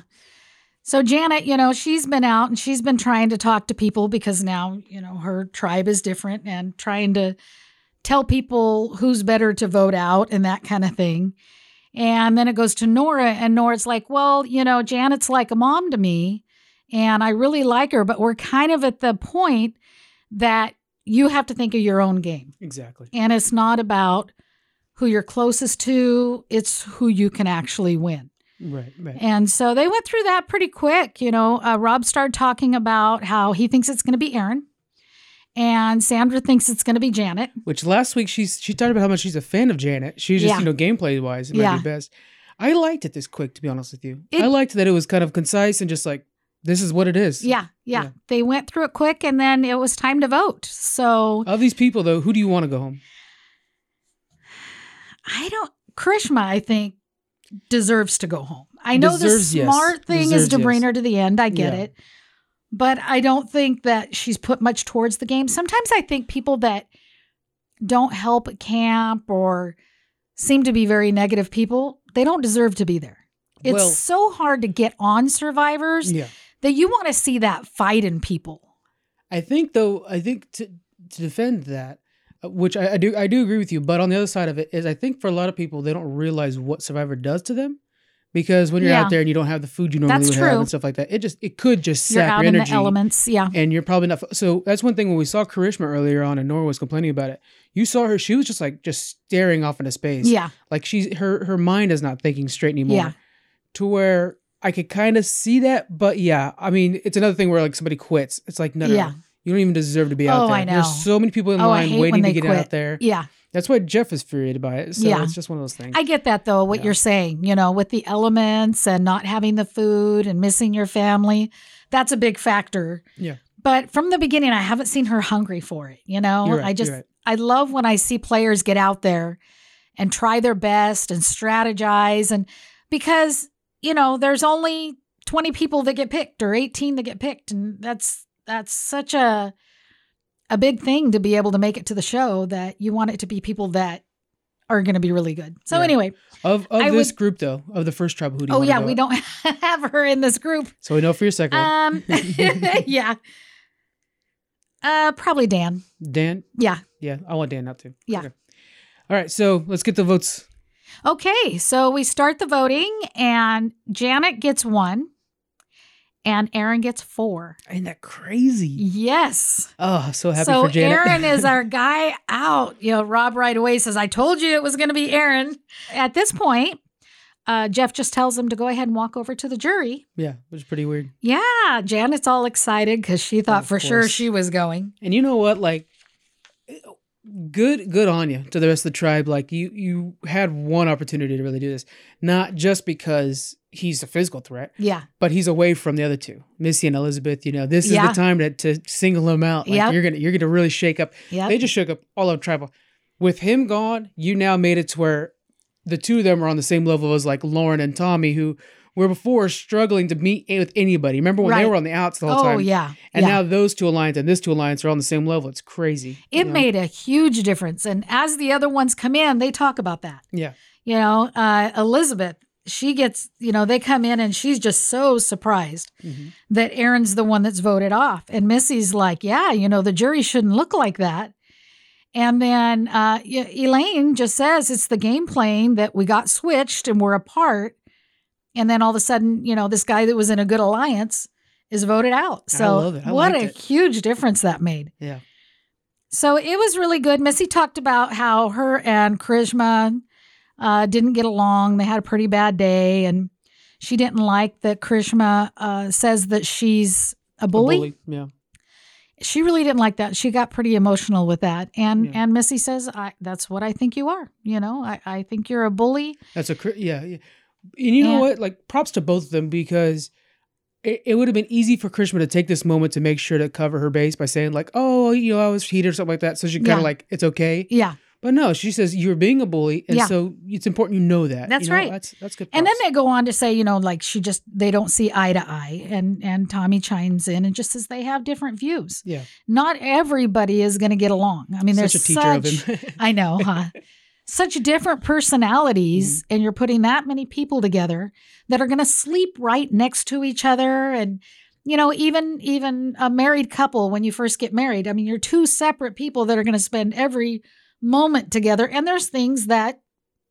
Speaker 2: So Janet, you know, she's been out and she's been trying to talk to people because now, you know, her tribe is different and trying to tell people who's better to vote out and that kind of thing. And then it goes to Nora and Nora's like, "Well, you know, Janet's like a mom to me and I really like her, but we're kind of at the point that you have to think of your own game."
Speaker 1: Exactly.
Speaker 2: And it's not about who you're closest to, it's who you can actually win.
Speaker 1: Right. Right.
Speaker 2: And so they went through that pretty quick. You know, uh, Rob started talking about how he thinks it's going to be Aaron, and Sandra thinks it's going to be Janet.
Speaker 1: Which last week she's she talked about how much she's a fan of Janet. She was just
Speaker 2: Yeah.
Speaker 1: you know gameplay wise, it might
Speaker 2: Yeah.
Speaker 1: be best. I liked it this quick, to be honest with you.
Speaker 2: It-
Speaker 1: I liked that it was kind of concise and just like this is what it is.
Speaker 2: Yeah, yeah,
Speaker 1: Yeah.
Speaker 2: They went through it quick, and then it was time to vote. So
Speaker 1: Of these people though, who do you want to go home?
Speaker 2: I don't. Krishma, I think, deserves to go home. I know
Speaker 1: Deserves,
Speaker 2: the
Speaker 1: yes.
Speaker 2: smart thing
Speaker 1: Deserves,
Speaker 2: is to bring
Speaker 1: yes.
Speaker 2: her to the end. I get
Speaker 1: Yeah.
Speaker 2: it. But I don't think that she's put much towards the game. Sometimes I think people that don't help at camp or seem to be very negative people, they don't deserve to be there. It's
Speaker 1: Well-
Speaker 2: so hard to get on survivors
Speaker 1: Yeah.
Speaker 2: that you want to see that fight in people.
Speaker 1: I think though, I think to to defend that, uh, which I, I do, I do agree with you. But on the other side of it is, I think for a lot of people, they don't realize what Survivor does to them, because when you're
Speaker 2: Yeah.
Speaker 1: out there and you don't have the food you normally
Speaker 2: That's
Speaker 1: would have
Speaker 2: true.
Speaker 1: and stuff like that, it just it could just
Speaker 2: You're
Speaker 1: sap
Speaker 2: out
Speaker 1: your
Speaker 2: in the
Speaker 1: energy.
Speaker 2: elements. Yeah.
Speaker 1: and you're probably not. So that's one thing when we saw Karishma earlier on, and Nora was complaining about it. You saw her; she was just like just staring off into space.
Speaker 2: Yeah.
Speaker 1: like she's her her mind is not thinking straight anymore.
Speaker 2: Yeah.
Speaker 1: to where I could kind of see that, but yeah, I mean, it's another thing where like somebody quits. It's like no, no, no.
Speaker 2: Yeah.
Speaker 1: You don't even deserve to be out
Speaker 2: Oh,
Speaker 1: there.
Speaker 2: I know.
Speaker 1: There's so many people in
Speaker 2: Oh, I hate
Speaker 1: line
Speaker 2: when
Speaker 1: waiting to
Speaker 2: they
Speaker 1: get
Speaker 2: quit.
Speaker 1: out there.
Speaker 2: Yeah.
Speaker 1: That's why Jeff is furiated by it. So
Speaker 2: Yeah.
Speaker 1: it's just one of those things.
Speaker 2: I get that though, what
Speaker 1: Yeah.
Speaker 2: you're saying, you know, with the elements and not having the food and missing your family. That's a big factor.
Speaker 1: Yeah.
Speaker 2: But from the beginning, I haven't seen her hungry for it. You know,
Speaker 1: You're right,
Speaker 2: I just,
Speaker 1: you're right.
Speaker 2: I love when I see players get out there and try their best and strategize. And because, you know, there's only 20 people that get picked or 18 that get picked. And that's, that's such a, a big thing to be able to make it to the show that you want it to be people that are going to be really good. So
Speaker 1: Yeah.
Speaker 2: anyway,
Speaker 1: of of
Speaker 2: I
Speaker 1: this
Speaker 2: would-
Speaker 1: group though, of the first tribe, who do you
Speaker 2: Oh
Speaker 1: wanna
Speaker 2: yeah,
Speaker 1: go
Speaker 2: we
Speaker 1: with?
Speaker 2: don't have her in this group.
Speaker 1: So we know for your second one.
Speaker 2: Um, yeah. Uh, probably Dan.
Speaker 1: Dan.
Speaker 2: Yeah.
Speaker 1: Yeah, I want Dan out too.
Speaker 2: Yeah.
Speaker 1: All right, so let's get the votes.
Speaker 2: Okay, so we start the voting, and Janet gets one, and Aaron gets four.
Speaker 1: Ain't that crazy?
Speaker 2: Yes.
Speaker 1: Oh, so happy
Speaker 2: so
Speaker 1: for Janet.
Speaker 2: Aaron is our guy out. You know, Rob right away says, "I told you it was going to be Aaron." At this point, uh, Jeff just tells him to go ahead and walk over to the jury.
Speaker 1: yeah, which is pretty weird.
Speaker 2: Yeah, Janet's all excited because she thought
Speaker 1: Of
Speaker 2: for sure
Speaker 1: course.
Speaker 2: she was going.
Speaker 1: And you know what? Like, good good on you to the rest of the tribe like you you had one opportunity to really do this not just because he's a physical threat
Speaker 2: Yeah.
Speaker 1: but he's away from the other two missy and elizabeth you know this
Speaker 2: Yeah.
Speaker 1: is the time to, to single him out like
Speaker 2: Yep.
Speaker 1: you're gonna you're gonna really shake up
Speaker 2: Yeah.
Speaker 1: they just shook up all of tribal with him gone you now made it to where the two of them are on the same level as like lauren and tommy who were before struggling to meet with anybody remember when they
Speaker 2: Right.
Speaker 1: were on the outs the whole
Speaker 2: oh
Speaker 1: time
Speaker 2: yeah.
Speaker 1: and
Speaker 2: yeah.
Speaker 1: now those two alliance and this two alliance are on the same level it's crazy you
Speaker 2: it
Speaker 1: know?
Speaker 2: made a huge difference. And as the other ones come in, they talk about that.
Speaker 1: Yeah.
Speaker 2: You know, uh, Elizabeth, she gets, you know, they come in and she's just so surprised
Speaker 1: Mhm.
Speaker 2: that Aaron's the one that's voted off. And Missy's like, yeah, you know, the jury shouldn't look like that. And then uh, E- Elaine just says it's the game playing that we got switched and we're apart. And then all of a sudden, you know, this guy that was in a good alliance is voted out.
Speaker 1: I
Speaker 2: So
Speaker 1: love it. I
Speaker 2: what
Speaker 1: liked
Speaker 2: a
Speaker 1: it.
Speaker 2: huge difference that made.
Speaker 1: Yeah.
Speaker 2: So it was really good. Missy talked about how her and Krishma uh, didn't get along. They had a pretty bad day, and she didn't like that Krishma uh, says that she's a
Speaker 1: A
Speaker 2: bully.
Speaker 1: yeah
Speaker 2: She really didn't like that. She got pretty emotional with that. And
Speaker 1: Yeah.
Speaker 2: and Missy says, I, "That's what I think you are. You know, I, I think you're a bully."
Speaker 1: That's a cr- yeah, yeah. And you know
Speaker 2: Yeah.
Speaker 1: what? Like props to both of them because it, it would have been easy for Krishma to take this moment to make sure to cover her base by saying like, "Oh, you know, I was heated or something like that," so she kind of
Speaker 2: Yeah.
Speaker 1: like it's okay.
Speaker 2: Yeah.
Speaker 1: But no, she says you're being a bully, and
Speaker 2: Yeah.
Speaker 1: so it's important you know that.
Speaker 2: That's
Speaker 1: You know,
Speaker 2: right.
Speaker 1: That's that's good.
Speaker 2: And then
Speaker 1: props.
Speaker 2: they go on to say, you know, like she just they don't see eye to eye, and and Tommy chimes in and just says they have different views.
Speaker 1: Yeah.
Speaker 2: not everybody is going to get along. I mean,
Speaker 1: such
Speaker 2: there's
Speaker 1: a teacher
Speaker 2: such
Speaker 1: of him.
Speaker 2: I know, huh? such different personalities,
Speaker 1: Mm-hmm.
Speaker 2: and you're putting that many people together that are going to sleep right next to each other, and you know, even even a married couple when you first get married. I mean, you're two separate people that are going to spend every moment together, and there's things that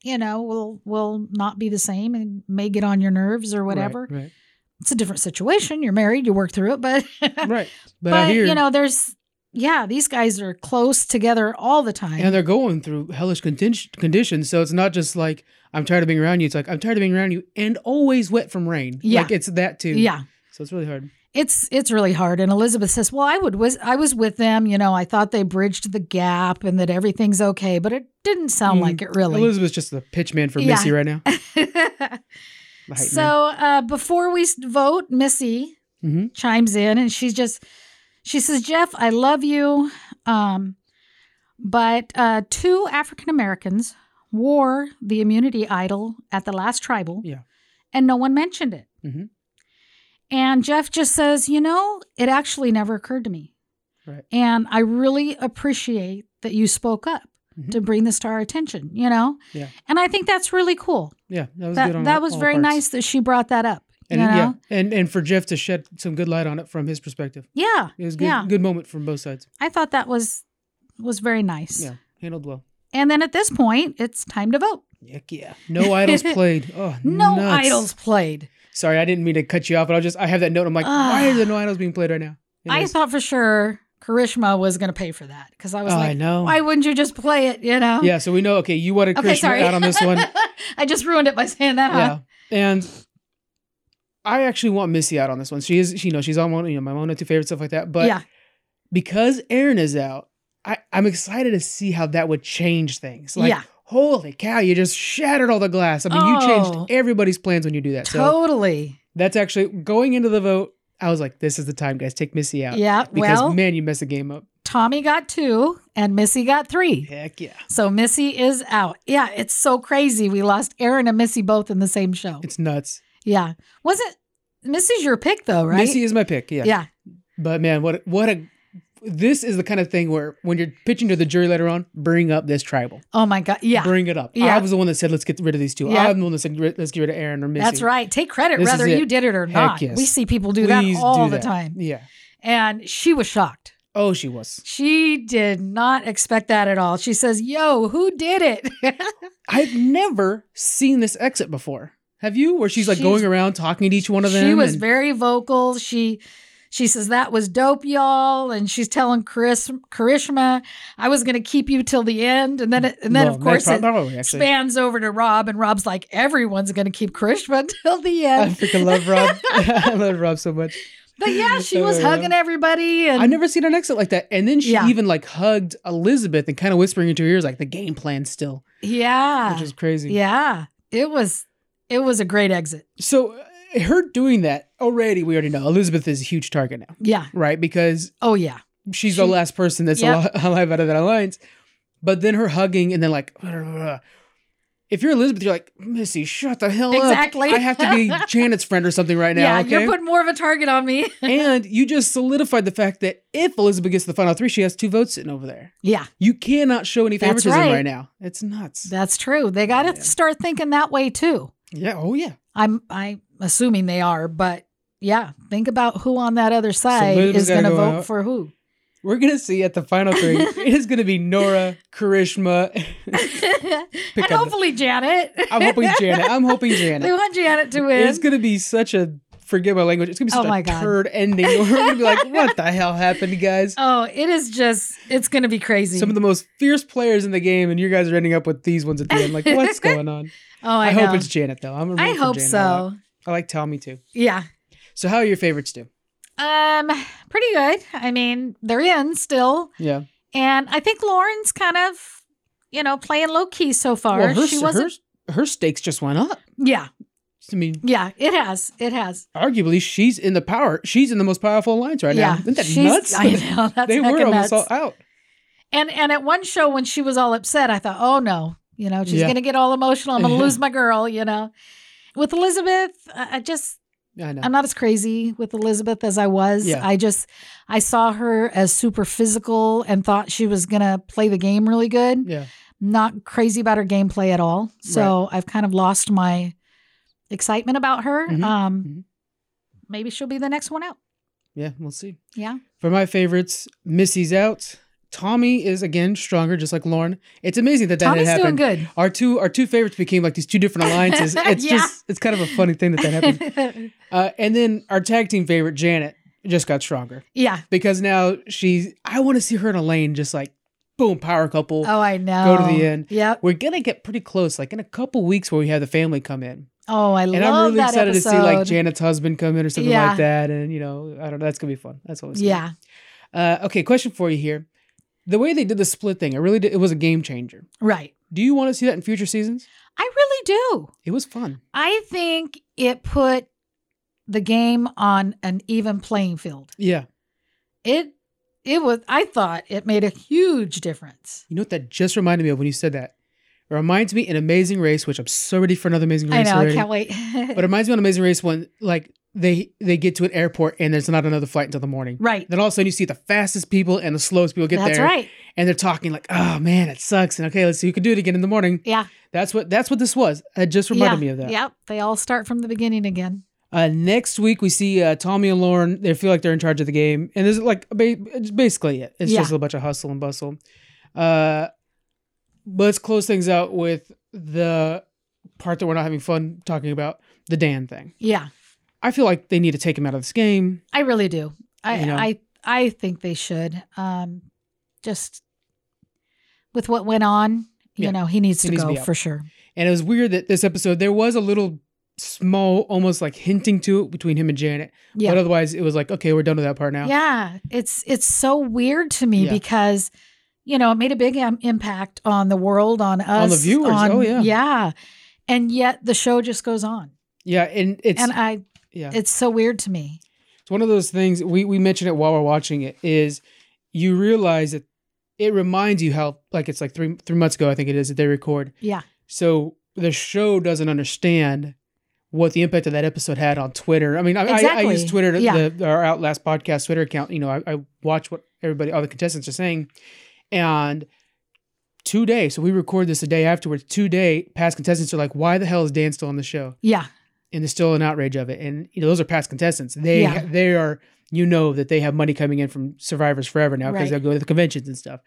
Speaker 2: you know will will not be the same and may get on your nerves or
Speaker 1: Right,
Speaker 2: whatever.
Speaker 1: Right.
Speaker 2: It's a different situation. You're married, you work through it, but
Speaker 1: Right. But,
Speaker 2: but,
Speaker 1: I hear
Speaker 2: you know, there's yeah, these guys are close together all the time.
Speaker 1: and they're going through hellish contin- conditions. So it's not just like I'm tired of being around you. It's like I'm tired of being around you and always wet from rain.
Speaker 2: Yeah.
Speaker 1: Like it's that too.
Speaker 2: yeah,
Speaker 1: So it's really hard.
Speaker 2: it's it's really hard. And Elizabeth says, "Well, I would was I was with them. You know, I thought they bridged the gap and that everything's okay, but it didn't sound
Speaker 1: Mm,
Speaker 2: like it really."
Speaker 1: Elizabeth's just the pitch man for
Speaker 2: Yeah.
Speaker 1: Missy right now. The hype
Speaker 2: so uh, before we s- vote, Missy
Speaker 1: man.
Speaker 2: chimes in and she's just she says, "Jeff, I love you." Um, but uh, two African Americans wore the immunity idol at the last tribal,
Speaker 1: Yeah.
Speaker 2: and no one mentioned it.
Speaker 1: Mhm.
Speaker 2: And Jeff just says, "You know, it actually never occurred to me,
Speaker 1: Right.
Speaker 2: and I really appreciate that you spoke up."
Speaker 1: Mhm.
Speaker 2: To bring this to our attention, you know,
Speaker 1: Yeah.
Speaker 2: and I think that's really cool.
Speaker 1: yeah, that was
Speaker 2: That
Speaker 1: good on
Speaker 2: that
Speaker 1: all-
Speaker 2: was
Speaker 1: all
Speaker 2: very
Speaker 1: parts.
Speaker 2: nice that she brought that up.
Speaker 1: And
Speaker 2: you know,
Speaker 1: yeah, and and for Jeff to shed some good light on it from his perspective,
Speaker 2: yeah,
Speaker 1: it was good.
Speaker 2: Yeah.
Speaker 1: Good moment from both sides.
Speaker 2: I thought that was was very nice.
Speaker 1: Yeah, handled well.
Speaker 2: And then at this point, it's time to vote.
Speaker 1: Heck yeah! No idols played. Oh,
Speaker 2: No
Speaker 1: nuts.
Speaker 2: idols played.
Speaker 1: Sorry, I didn't mean to cut you off, but I was just I have that note. I'm like,
Speaker 2: Ah.
Speaker 1: why are there no idols being played right now?
Speaker 2: I
Speaker 1: Anyways.
Speaker 2: thought for sure Karishma was going to pay for that because I was
Speaker 1: Oh, I
Speaker 2: like,
Speaker 1: know.
Speaker 2: why wouldn't you just play it? You know?
Speaker 1: yeah, so we know. Okay, you wanted
Speaker 2: Okay,
Speaker 1: Krishna
Speaker 2: sorry. Uh-huh.
Speaker 1: out on this one.
Speaker 2: I just ruined it by saying that.
Speaker 1: yeah
Speaker 2: Huh?
Speaker 1: and i actually want missy out on this one she is she, you know she's on one you know my one or two favorite stuff like that but
Speaker 2: yeah.
Speaker 1: because aaron is out I, i'm excited to see how that would change things like
Speaker 2: Yeah.
Speaker 1: holy cow you just shattered all the glass i mean you
Speaker 2: Oh.
Speaker 1: changed everybody's plans when you do that so
Speaker 2: totally.
Speaker 1: that's actually going into the vote i was like this is the time guys take missy out
Speaker 2: Yeah.
Speaker 1: because
Speaker 2: Well,
Speaker 1: man you mess the game up
Speaker 2: Tommy got two and Missy got three.
Speaker 1: heck yeah
Speaker 2: So Missy is out. Yeah. It's so crazy. We lost Aaron and Missy both in the same show.
Speaker 1: it's nuts
Speaker 2: yeah. Wasn't Missy's your pick though, right?
Speaker 1: missy is my pick yeah
Speaker 2: yeah.
Speaker 1: But man, what what a this is the kind of thing where when you're pitching to the jury later on, bring up this tribal.
Speaker 2: Oh my God. Yeah.
Speaker 1: Bring it up.
Speaker 2: Yeah.
Speaker 1: I was the one that said let's get rid of these two.
Speaker 2: Yeah.
Speaker 1: I'm the one that said "Ri- let's get rid of Aaron or Missy.
Speaker 2: That's right. Take credit
Speaker 1: This
Speaker 2: whether
Speaker 1: is it.
Speaker 2: you did it or
Speaker 1: Heck
Speaker 2: not.
Speaker 1: yes.
Speaker 2: We see people do
Speaker 1: Please
Speaker 2: that all the
Speaker 1: that.
Speaker 2: time.
Speaker 1: Yeah.
Speaker 2: And she was shocked.
Speaker 1: Oh, she was.
Speaker 2: She did not expect that at all. She says, Yo, who did it?
Speaker 1: I've never seen this exit before. Have you? Where she's like
Speaker 2: She's-
Speaker 1: going around talking to each one of them.
Speaker 2: she was
Speaker 1: and-
Speaker 2: very vocal. She she says that was dope, y'all, and she's telling Chris Karishma, "I was going to keep you till the end," and then it, and then
Speaker 1: Well,
Speaker 2: of course
Speaker 1: prob-
Speaker 2: it
Speaker 1: probably, actually.
Speaker 2: spans over to Rob, and Rob's like, "Everyone's going to keep Karishma till the
Speaker 1: I
Speaker 2: end."
Speaker 1: freaking love Rob. I love Rob so much.
Speaker 2: But yeah, she was
Speaker 1: Uh,
Speaker 2: hugging everybody, and
Speaker 1: I never seen an exit like that. And then she
Speaker 2: Yeah.
Speaker 1: even like hugged Elizabeth and kind of whispering into her ears like the game plan still,
Speaker 2: yeah,
Speaker 1: which is crazy.
Speaker 2: yeah, it was it was a great exit.
Speaker 1: So uh, her doing that already, we already know Elizabeth is a huge target now,
Speaker 2: Yeah,
Speaker 1: right? Because
Speaker 2: oh yeah,
Speaker 1: she's the
Speaker 2: She-
Speaker 1: last person that's
Speaker 2: Yep.
Speaker 1: ali- alive out of that alliance. But then her hugging and then like, if you're Elizabeth, you're like Missy, shut the hell
Speaker 2: Exactly.
Speaker 1: up. I have to be Janet's friend or something right now.
Speaker 2: yeah.
Speaker 1: okay?
Speaker 2: You're putting more of a target on me.
Speaker 1: and you just solidified the fact that if Elizabeth gets to the final three, she has two votes sitting over there.
Speaker 2: yeah,
Speaker 1: You cannot show any
Speaker 2: That's
Speaker 1: favoritism
Speaker 2: right.
Speaker 1: right. now. It's nuts.
Speaker 2: that's true. They got to
Speaker 1: Yeah.
Speaker 2: start thinking that way too.
Speaker 1: yeah. Oh yeah.
Speaker 2: I'm I'm assuming they are, but yeah, think about who on that other side
Speaker 1: Elizabeth's
Speaker 2: is going to
Speaker 1: gotta go
Speaker 2: vote
Speaker 1: out.
Speaker 2: for who.
Speaker 1: We're gonna see at the final three. it is gonna be Nora, Karishma.
Speaker 2: and
Speaker 1: up the-
Speaker 2: hopefully Janet.
Speaker 1: I'm hoping Janet. I'm hoping
Speaker 2: They
Speaker 1: Janet.
Speaker 2: want Janet to win.
Speaker 1: It's gonna be such a forget my language. It's gonna be
Speaker 2: Oh
Speaker 1: such
Speaker 2: my
Speaker 1: a
Speaker 2: God.
Speaker 1: turd ending. We're gonna be like, what the hell happened, guys?
Speaker 2: oh, it is just it's going to be crazy.
Speaker 1: Some of the most fierce players in the game, and you guys are ending up with these ones at the end. Like, what's going on?
Speaker 2: oh, I,
Speaker 1: I, hope
Speaker 2: know.
Speaker 1: it's Janet though. I'm. a
Speaker 2: I
Speaker 1: root for
Speaker 2: hope
Speaker 1: Janet a lot.
Speaker 2: so.
Speaker 1: I like Tommy too.
Speaker 2: Yeah.
Speaker 1: So, how are your favorites do?
Speaker 2: Um, pretty good. I mean, they're in still,
Speaker 1: Yeah.
Speaker 2: and I think Lauren's kind of, you know, playing low key so far.
Speaker 1: Well, her,
Speaker 2: she wasn't.
Speaker 1: her, her stakes just went up.
Speaker 2: yeah,
Speaker 1: I mean,
Speaker 2: yeah. It has. It has.
Speaker 1: arguably, she's in the power. She's in the most powerful alliance right
Speaker 2: yeah.
Speaker 1: now. Isn't that
Speaker 2: She's-
Speaker 1: nuts?
Speaker 2: I know. That's
Speaker 1: they were
Speaker 2: heckin'
Speaker 1: almost
Speaker 2: nuts.
Speaker 1: all out.
Speaker 2: And and at one show when she was all upset, I thought, oh no, you know, she's
Speaker 1: Yeah.
Speaker 2: gonna get all emotional. I'm gonna
Speaker 1: Yeah.
Speaker 2: lose my girl, you know. With Elizabeth, I I just
Speaker 1: I know.
Speaker 2: I'm not as crazy with Elizabeth as I was.
Speaker 1: Yeah.
Speaker 2: I just I saw her as super physical and thought she was gonna play the game really good.
Speaker 1: yeah.
Speaker 2: Not crazy about her gameplay at all. So I've kind of lost my excitement about her.
Speaker 1: Mhm.
Speaker 2: Um
Speaker 1: Mhm.
Speaker 2: maybe she'll be the next one out.
Speaker 1: Yeah. We'll see.
Speaker 2: Yeah.
Speaker 1: For my favorites, Missy's out. Tommy is again stronger, just like Lauren. It's amazing that that
Speaker 2: Tommy's
Speaker 1: had
Speaker 2: doing
Speaker 1: happened.
Speaker 2: good.
Speaker 1: Our two our two favorites became like these two different alliances. It's
Speaker 2: Yeah.
Speaker 1: just it's kind of a funny thing that that happened. Uh, and then our tag team favorite Janet just got stronger
Speaker 2: yeah.
Speaker 1: because now she's. I want to see her in a lane just like boom power couple.
Speaker 2: Oh, I know.
Speaker 1: Go to the end.
Speaker 2: Yep.
Speaker 1: We're gonna get pretty close, like in a couple weeks where we have the family come in.
Speaker 2: Oh, I love
Speaker 1: and I'm really
Speaker 2: that
Speaker 1: excited
Speaker 2: episode.
Speaker 1: to see like Janet's husband come in or something
Speaker 2: Yeah.
Speaker 1: like that. And you know, I don't know. That's gonna be fun. That's always fun.
Speaker 2: yeah,
Speaker 1: Uh, okay, question for you here. The way they did the split thing, I really did, it was a game changer.
Speaker 2: right.
Speaker 1: Do you want to see that in future seasons?
Speaker 2: I really do.
Speaker 1: It was fun.
Speaker 2: I think it put the game on an even playing field.
Speaker 1: Yeah.
Speaker 2: It it was I thought it made a huge difference.
Speaker 1: You know what that just reminded me of when you said that? It reminds me an Amazing Race, which I'm so ready for another Amazing Race.
Speaker 2: I know, I
Speaker 1: already.
Speaker 2: can't wait.
Speaker 1: But it reminds me of an Amazing Race when like they they get to an airport and there's not another flight until the morning.
Speaker 2: right.
Speaker 1: Then all of a sudden you see the fastest people and the slowest people get
Speaker 2: That's
Speaker 1: there.
Speaker 2: right.
Speaker 1: and they're talking like, "Oh man, it sucks." And okay, let's see who can do it again in the morning.
Speaker 2: Yeah.
Speaker 1: that's what that's what this was. It just reminded
Speaker 2: yeah.
Speaker 1: me of that.
Speaker 2: Yep. They all start from the beginning again.
Speaker 1: Uh, next week we see uh, Tommy and Lauren. They feel like they're in charge of the game, and this is like ba- it's basically it. It's
Speaker 2: Yeah.
Speaker 1: just a bunch of hustle and bustle. Uh, let's close things out with the part that we're not having fun talking about the Dan thing.
Speaker 2: Yeah.
Speaker 1: I feel like they need to take him out of this game.
Speaker 2: I really do. I
Speaker 1: You know.
Speaker 2: I I think they should. Um just with what went on, you
Speaker 1: Yeah.
Speaker 2: know, he needs
Speaker 1: He
Speaker 2: to
Speaker 1: needs to
Speaker 2: go
Speaker 1: be out.
Speaker 2: for sure.
Speaker 1: And it was weird that this episode there was a little small, almost like hinting to it between him and Janet.
Speaker 2: Yeah.
Speaker 1: But otherwise, it was like, okay, we're done with that part now.
Speaker 2: Yeah, it's it's so weird to me
Speaker 1: Yeah.
Speaker 2: because you know it made a big im- impact on the world, on us,
Speaker 1: the viewers.
Speaker 2: on-
Speaker 1: Oh, yeah.
Speaker 2: yeah. And yet the show just goes on,
Speaker 1: Yeah, and it's
Speaker 2: and I
Speaker 1: yeah,
Speaker 2: it's so weird to me.
Speaker 1: it's one of those things we we mention it while we're watching it is you realize that it reminds you how like it's like three three months ago I think it is that they record.
Speaker 2: Yeah.
Speaker 1: So the show doesn't understand what the impact of that episode had on Twitter. I mean, I, I, I
Speaker 2: Exactly.
Speaker 1: use Twitter, to,
Speaker 2: Yeah.
Speaker 1: the, our out last podcast Twitter account. You know, I, I watch what everybody, all the contestants are saying, and today, so we record this a day afterwards. Today, past contestants are like, "Why the hell is Dan still on the show?"
Speaker 2: Yeah,
Speaker 1: and there's still an outrage of it. And you know, those are past contestants. They
Speaker 2: Yeah.
Speaker 1: they are you know that they have money coming in from survivors forever now because
Speaker 2: Right.
Speaker 1: they'll go to the conventions and stuff.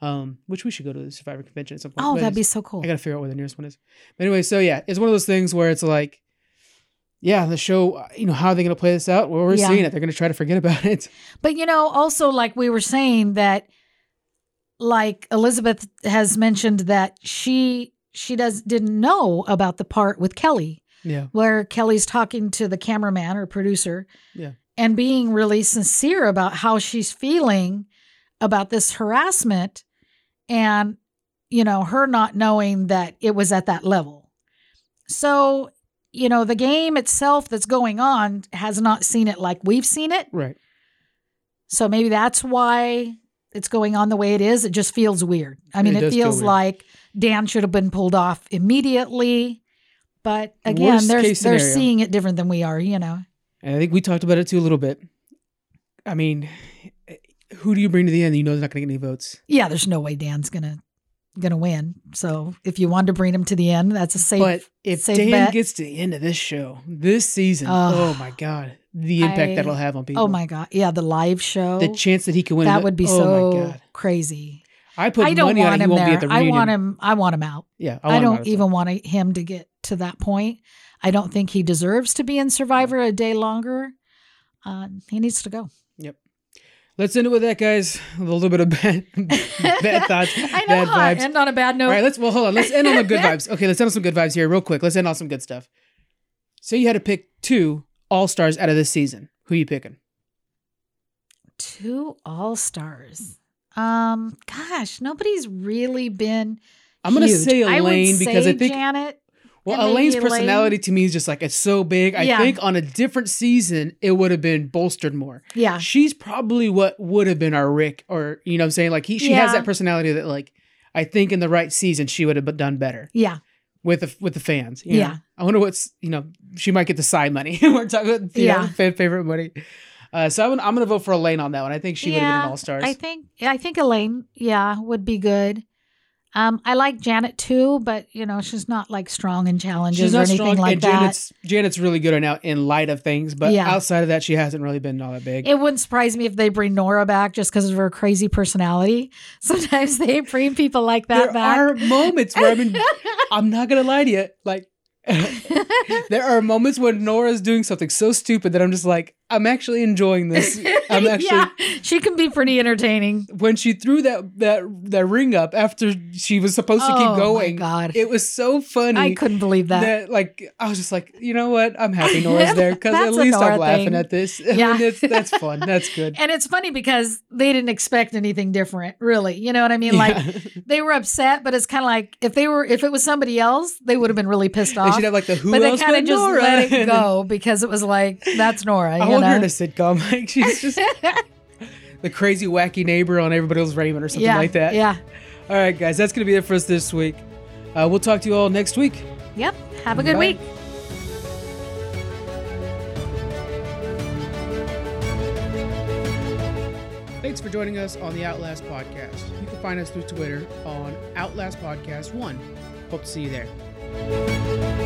Speaker 1: Um, which we should go to the survivor convention at some point.
Speaker 2: oh,
Speaker 1: but
Speaker 2: that'd be
Speaker 1: it's-
Speaker 2: so cool.
Speaker 1: I gotta figure out where the nearest one is. But anyway, so yeah, it's one of those things where it's like, yeah, the show. uh, You know, how are they gonna play this out? Well, we're
Speaker 2: Yeah.
Speaker 1: seeing it. They're gonna try to forget about it.
Speaker 2: But you know, also like we were saying that like Elizabeth has mentioned that she she does didn't know about the part with Kelly
Speaker 1: Yeah,
Speaker 2: where Kelly's talking to the cameraman or producer.
Speaker 1: Yeah.
Speaker 2: and being really sincere about how she's feeling about this harassment and you know her not knowing that it was at that level so you know the game itself that's going on has not seen it like we've seen it
Speaker 1: Right.
Speaker 2: so maybe that's why it's going on the way it is. It just feels weird. I mean,
Speaker 1: It
Speaker 2: it,
Speaker 1: does feel
Speaker 2: feels
Speaker 1: weird.
Speaker 2: like Dan should have been pulled off immediately. But again,
Speaker 1: Worst
Speaker 2: they're
Speaker 1: case
Speaker 2: they're
Speaker 1: scenario.
Speaker 2: seeing it different than we are, you know.
Speaker 1: And I think we talked about it too a little bit. I mean, eh, who do you bring to the end? that You know, they're not going to get any votes.
Speaker 2: Yeah, there's no way Dan's gonna gonna win. So if you wanted to bring him to the end, that's a safe.
Speaker 1: But if
Speaker 2: safe
Speaker 1: Dan
Speaker 2: bet.
Speaker 1: gets to the end of this show, this season,
Speaker 2: Ugh.
Speaker 1: oh my god, the impact
Speaker 2: I-
Speaker 1: that'll have on people.
Speaker 2: oh my god, yeah, the live show
Speaker 1: the chance that he could win.
Speaker 2: that
Speaker 1: the-
Speaker 2: would be
Speaker 1: oh
Speaker 2: so
Speaker 1: my god.
Speaker 2: crazy.
Speaker 1: I put
Speaker 2: I don't
Speaker 1: money on
Speaker 2: want
Speaker 1: it. He
Speaker 2: him
Speaker 1: won't be at
Speaker 2: there.
Speaker 1: the
Speaker 2: I
Speaker 1: reunion.
Speaker 2: want him. I want him out.
Speaker 1: Yeah, I,
Speaker 2: I,
Speaker 1: want him out
Speaker 2: don't
Speaker 1: as well.
Speaker 2: even want him to get to that point. I don't think he deserves to be in Survivor a day longer. Uh, he needs to go.
Speaker 1: Let's end it with that, guys. A little bit of bad, bad thoughts,
Speaker 2: I know,
Speaker 1: bad
Speaker 2: huh?
Speaker 1: vibes.
Speaker 2: End on a bad note.
Speaker 1: All right, let's well hold on. Let's end on the good vibes. Okay, let's end on some good vibes here, real quick. Let's end on some good stuff. Say you had to pick two all stars out of this season. Who you picking?
Speaker 2: Two All Stars. Um, gosh, nobody's really been.
Speaker 1: I'm gonna
Speaker 2: huge.
Speaker 1: say
Speaker 2: I would
Speaker 1: Elaine because I
Speaker 2: say
Speaker 1: think
Speaker 2: Janet.
Speaker 1: well
Speaker 2: maybe
Speaker 1: Elaine's
Speaker 2: Elaine.
Speaker 1: personality to me is just like it's so big. I
Speaker 2: Yeah.
Speaker 1: think on a different season it would have been bolstered more.
Speaker 2: Yeah,
Speaker 1: She's probably what would have been our Rick, or you know, what I'm saying like he she has
Speaker 2: Yeah.
Speaker 1: that personality that like I think in the right season she would have done better.
Speaker 2: yeah,
Speaker 1: with the with the fans. you know?
Speaker 2: Yeah.
Speaker 1: I wonder what's you know she might get the side money. We're talking about you know,
Speaker 2: Yeah.
Speaker 1: fan favorite money. Uh, so I'm, gonna- I'm gonna vote for Elaine on that one. I think she would have been an
Speaker 2: Yeah,
Speaker 1: all stars.
Speaker 2: I think I think Elaine. Yeah, would be good. Um, I like Janet too, but you know she's not like strong in challenges
Speaker 1: She's
Speaker 2: or
Speaker 1: not
Speaker 2: anything
Speaker 1: strong,
Speaker 2: like
Speaker 1: and
Speaker 2: that.
Speaker 1: Janet's Janet's really good right now in light of things, but
Speaker 2: Yeah.
Speaker 1: outside of that, she hasn't really been all that big.
Speaker 2: It wouldn't surprise me if they bring Nora back just because of her crazy personality. Sometimes they bring people like that
Speaker 1: there
Speaker 2: back.
Speaker 1: are moments where I mean, I'm not gonna lie to you, like. there are moments when Nora's doing something so stupid that I'm just like, I'm actually enjoying this. I'm actually
Speaker 2: yeah, she can be pretty entertaining.
Speaker 1: when she threw that that that ring up after she was supposed to
Speaker 2: Oh,
Speaker 1: keep
Speaker 2: my
Speaker 1: going.
Speaker 2: God.
Speaker 1: It was so funny.
Speaker 2: I couldn't believe that.
Speaker 1: that like I was just like, you know what? I'm happy Nora's there because at
Speaker 2: That's a
Speaker 1: least I'm
Speaker 2: Nora
Speaker 1: laughing
Speaker 2: thing.
Speaker 1: at this. I mean,
Speaker 2: Yeah.
Speaker 1: that's, that's fun. That's good.
Speaker 2: and it's funny because they didn't expect anything different, really. You know what I mean? Like
Speaker 1: Yeah.
Speaker 2: they were upset, but it's kind of like if they were if it was somebody else, they would have been really pissed
Speaker 1: they
Speaker 2: off.
Speaker 1: should have like the who
Speaker 2: but they
Speaker 1: else
Speaker 2: kind
Speaker 1: but
Speaker 2: of just
Speaker 1: Nora.
Speaker 2: let it
Speaker 1: And
Speaker 2: go because it was like that's Nora.
Speaker 1: I
Speaker 2: you
Speaker 1: want
Speaker 2: know?
Speaker 1: her in a sitcom. Like she's just the crazy wacky neighbor on Everybody Else Raymond or something
Speaker 2: yeah,
Speaker 1: like that.
Speaker 2: Yeah.
Speaker 1: All right, guys, that's gonna be it for us this week. Uh, we'll talk to you all next week.
Speaker 2: Yep. Have a good
Speaker 1: Bye.
Speaker 2: week.
Speaker 1: Thanks for joining us on the Outlast Podcast. You can find us through Twitter on Outlast Podcast One. Hope to see you there.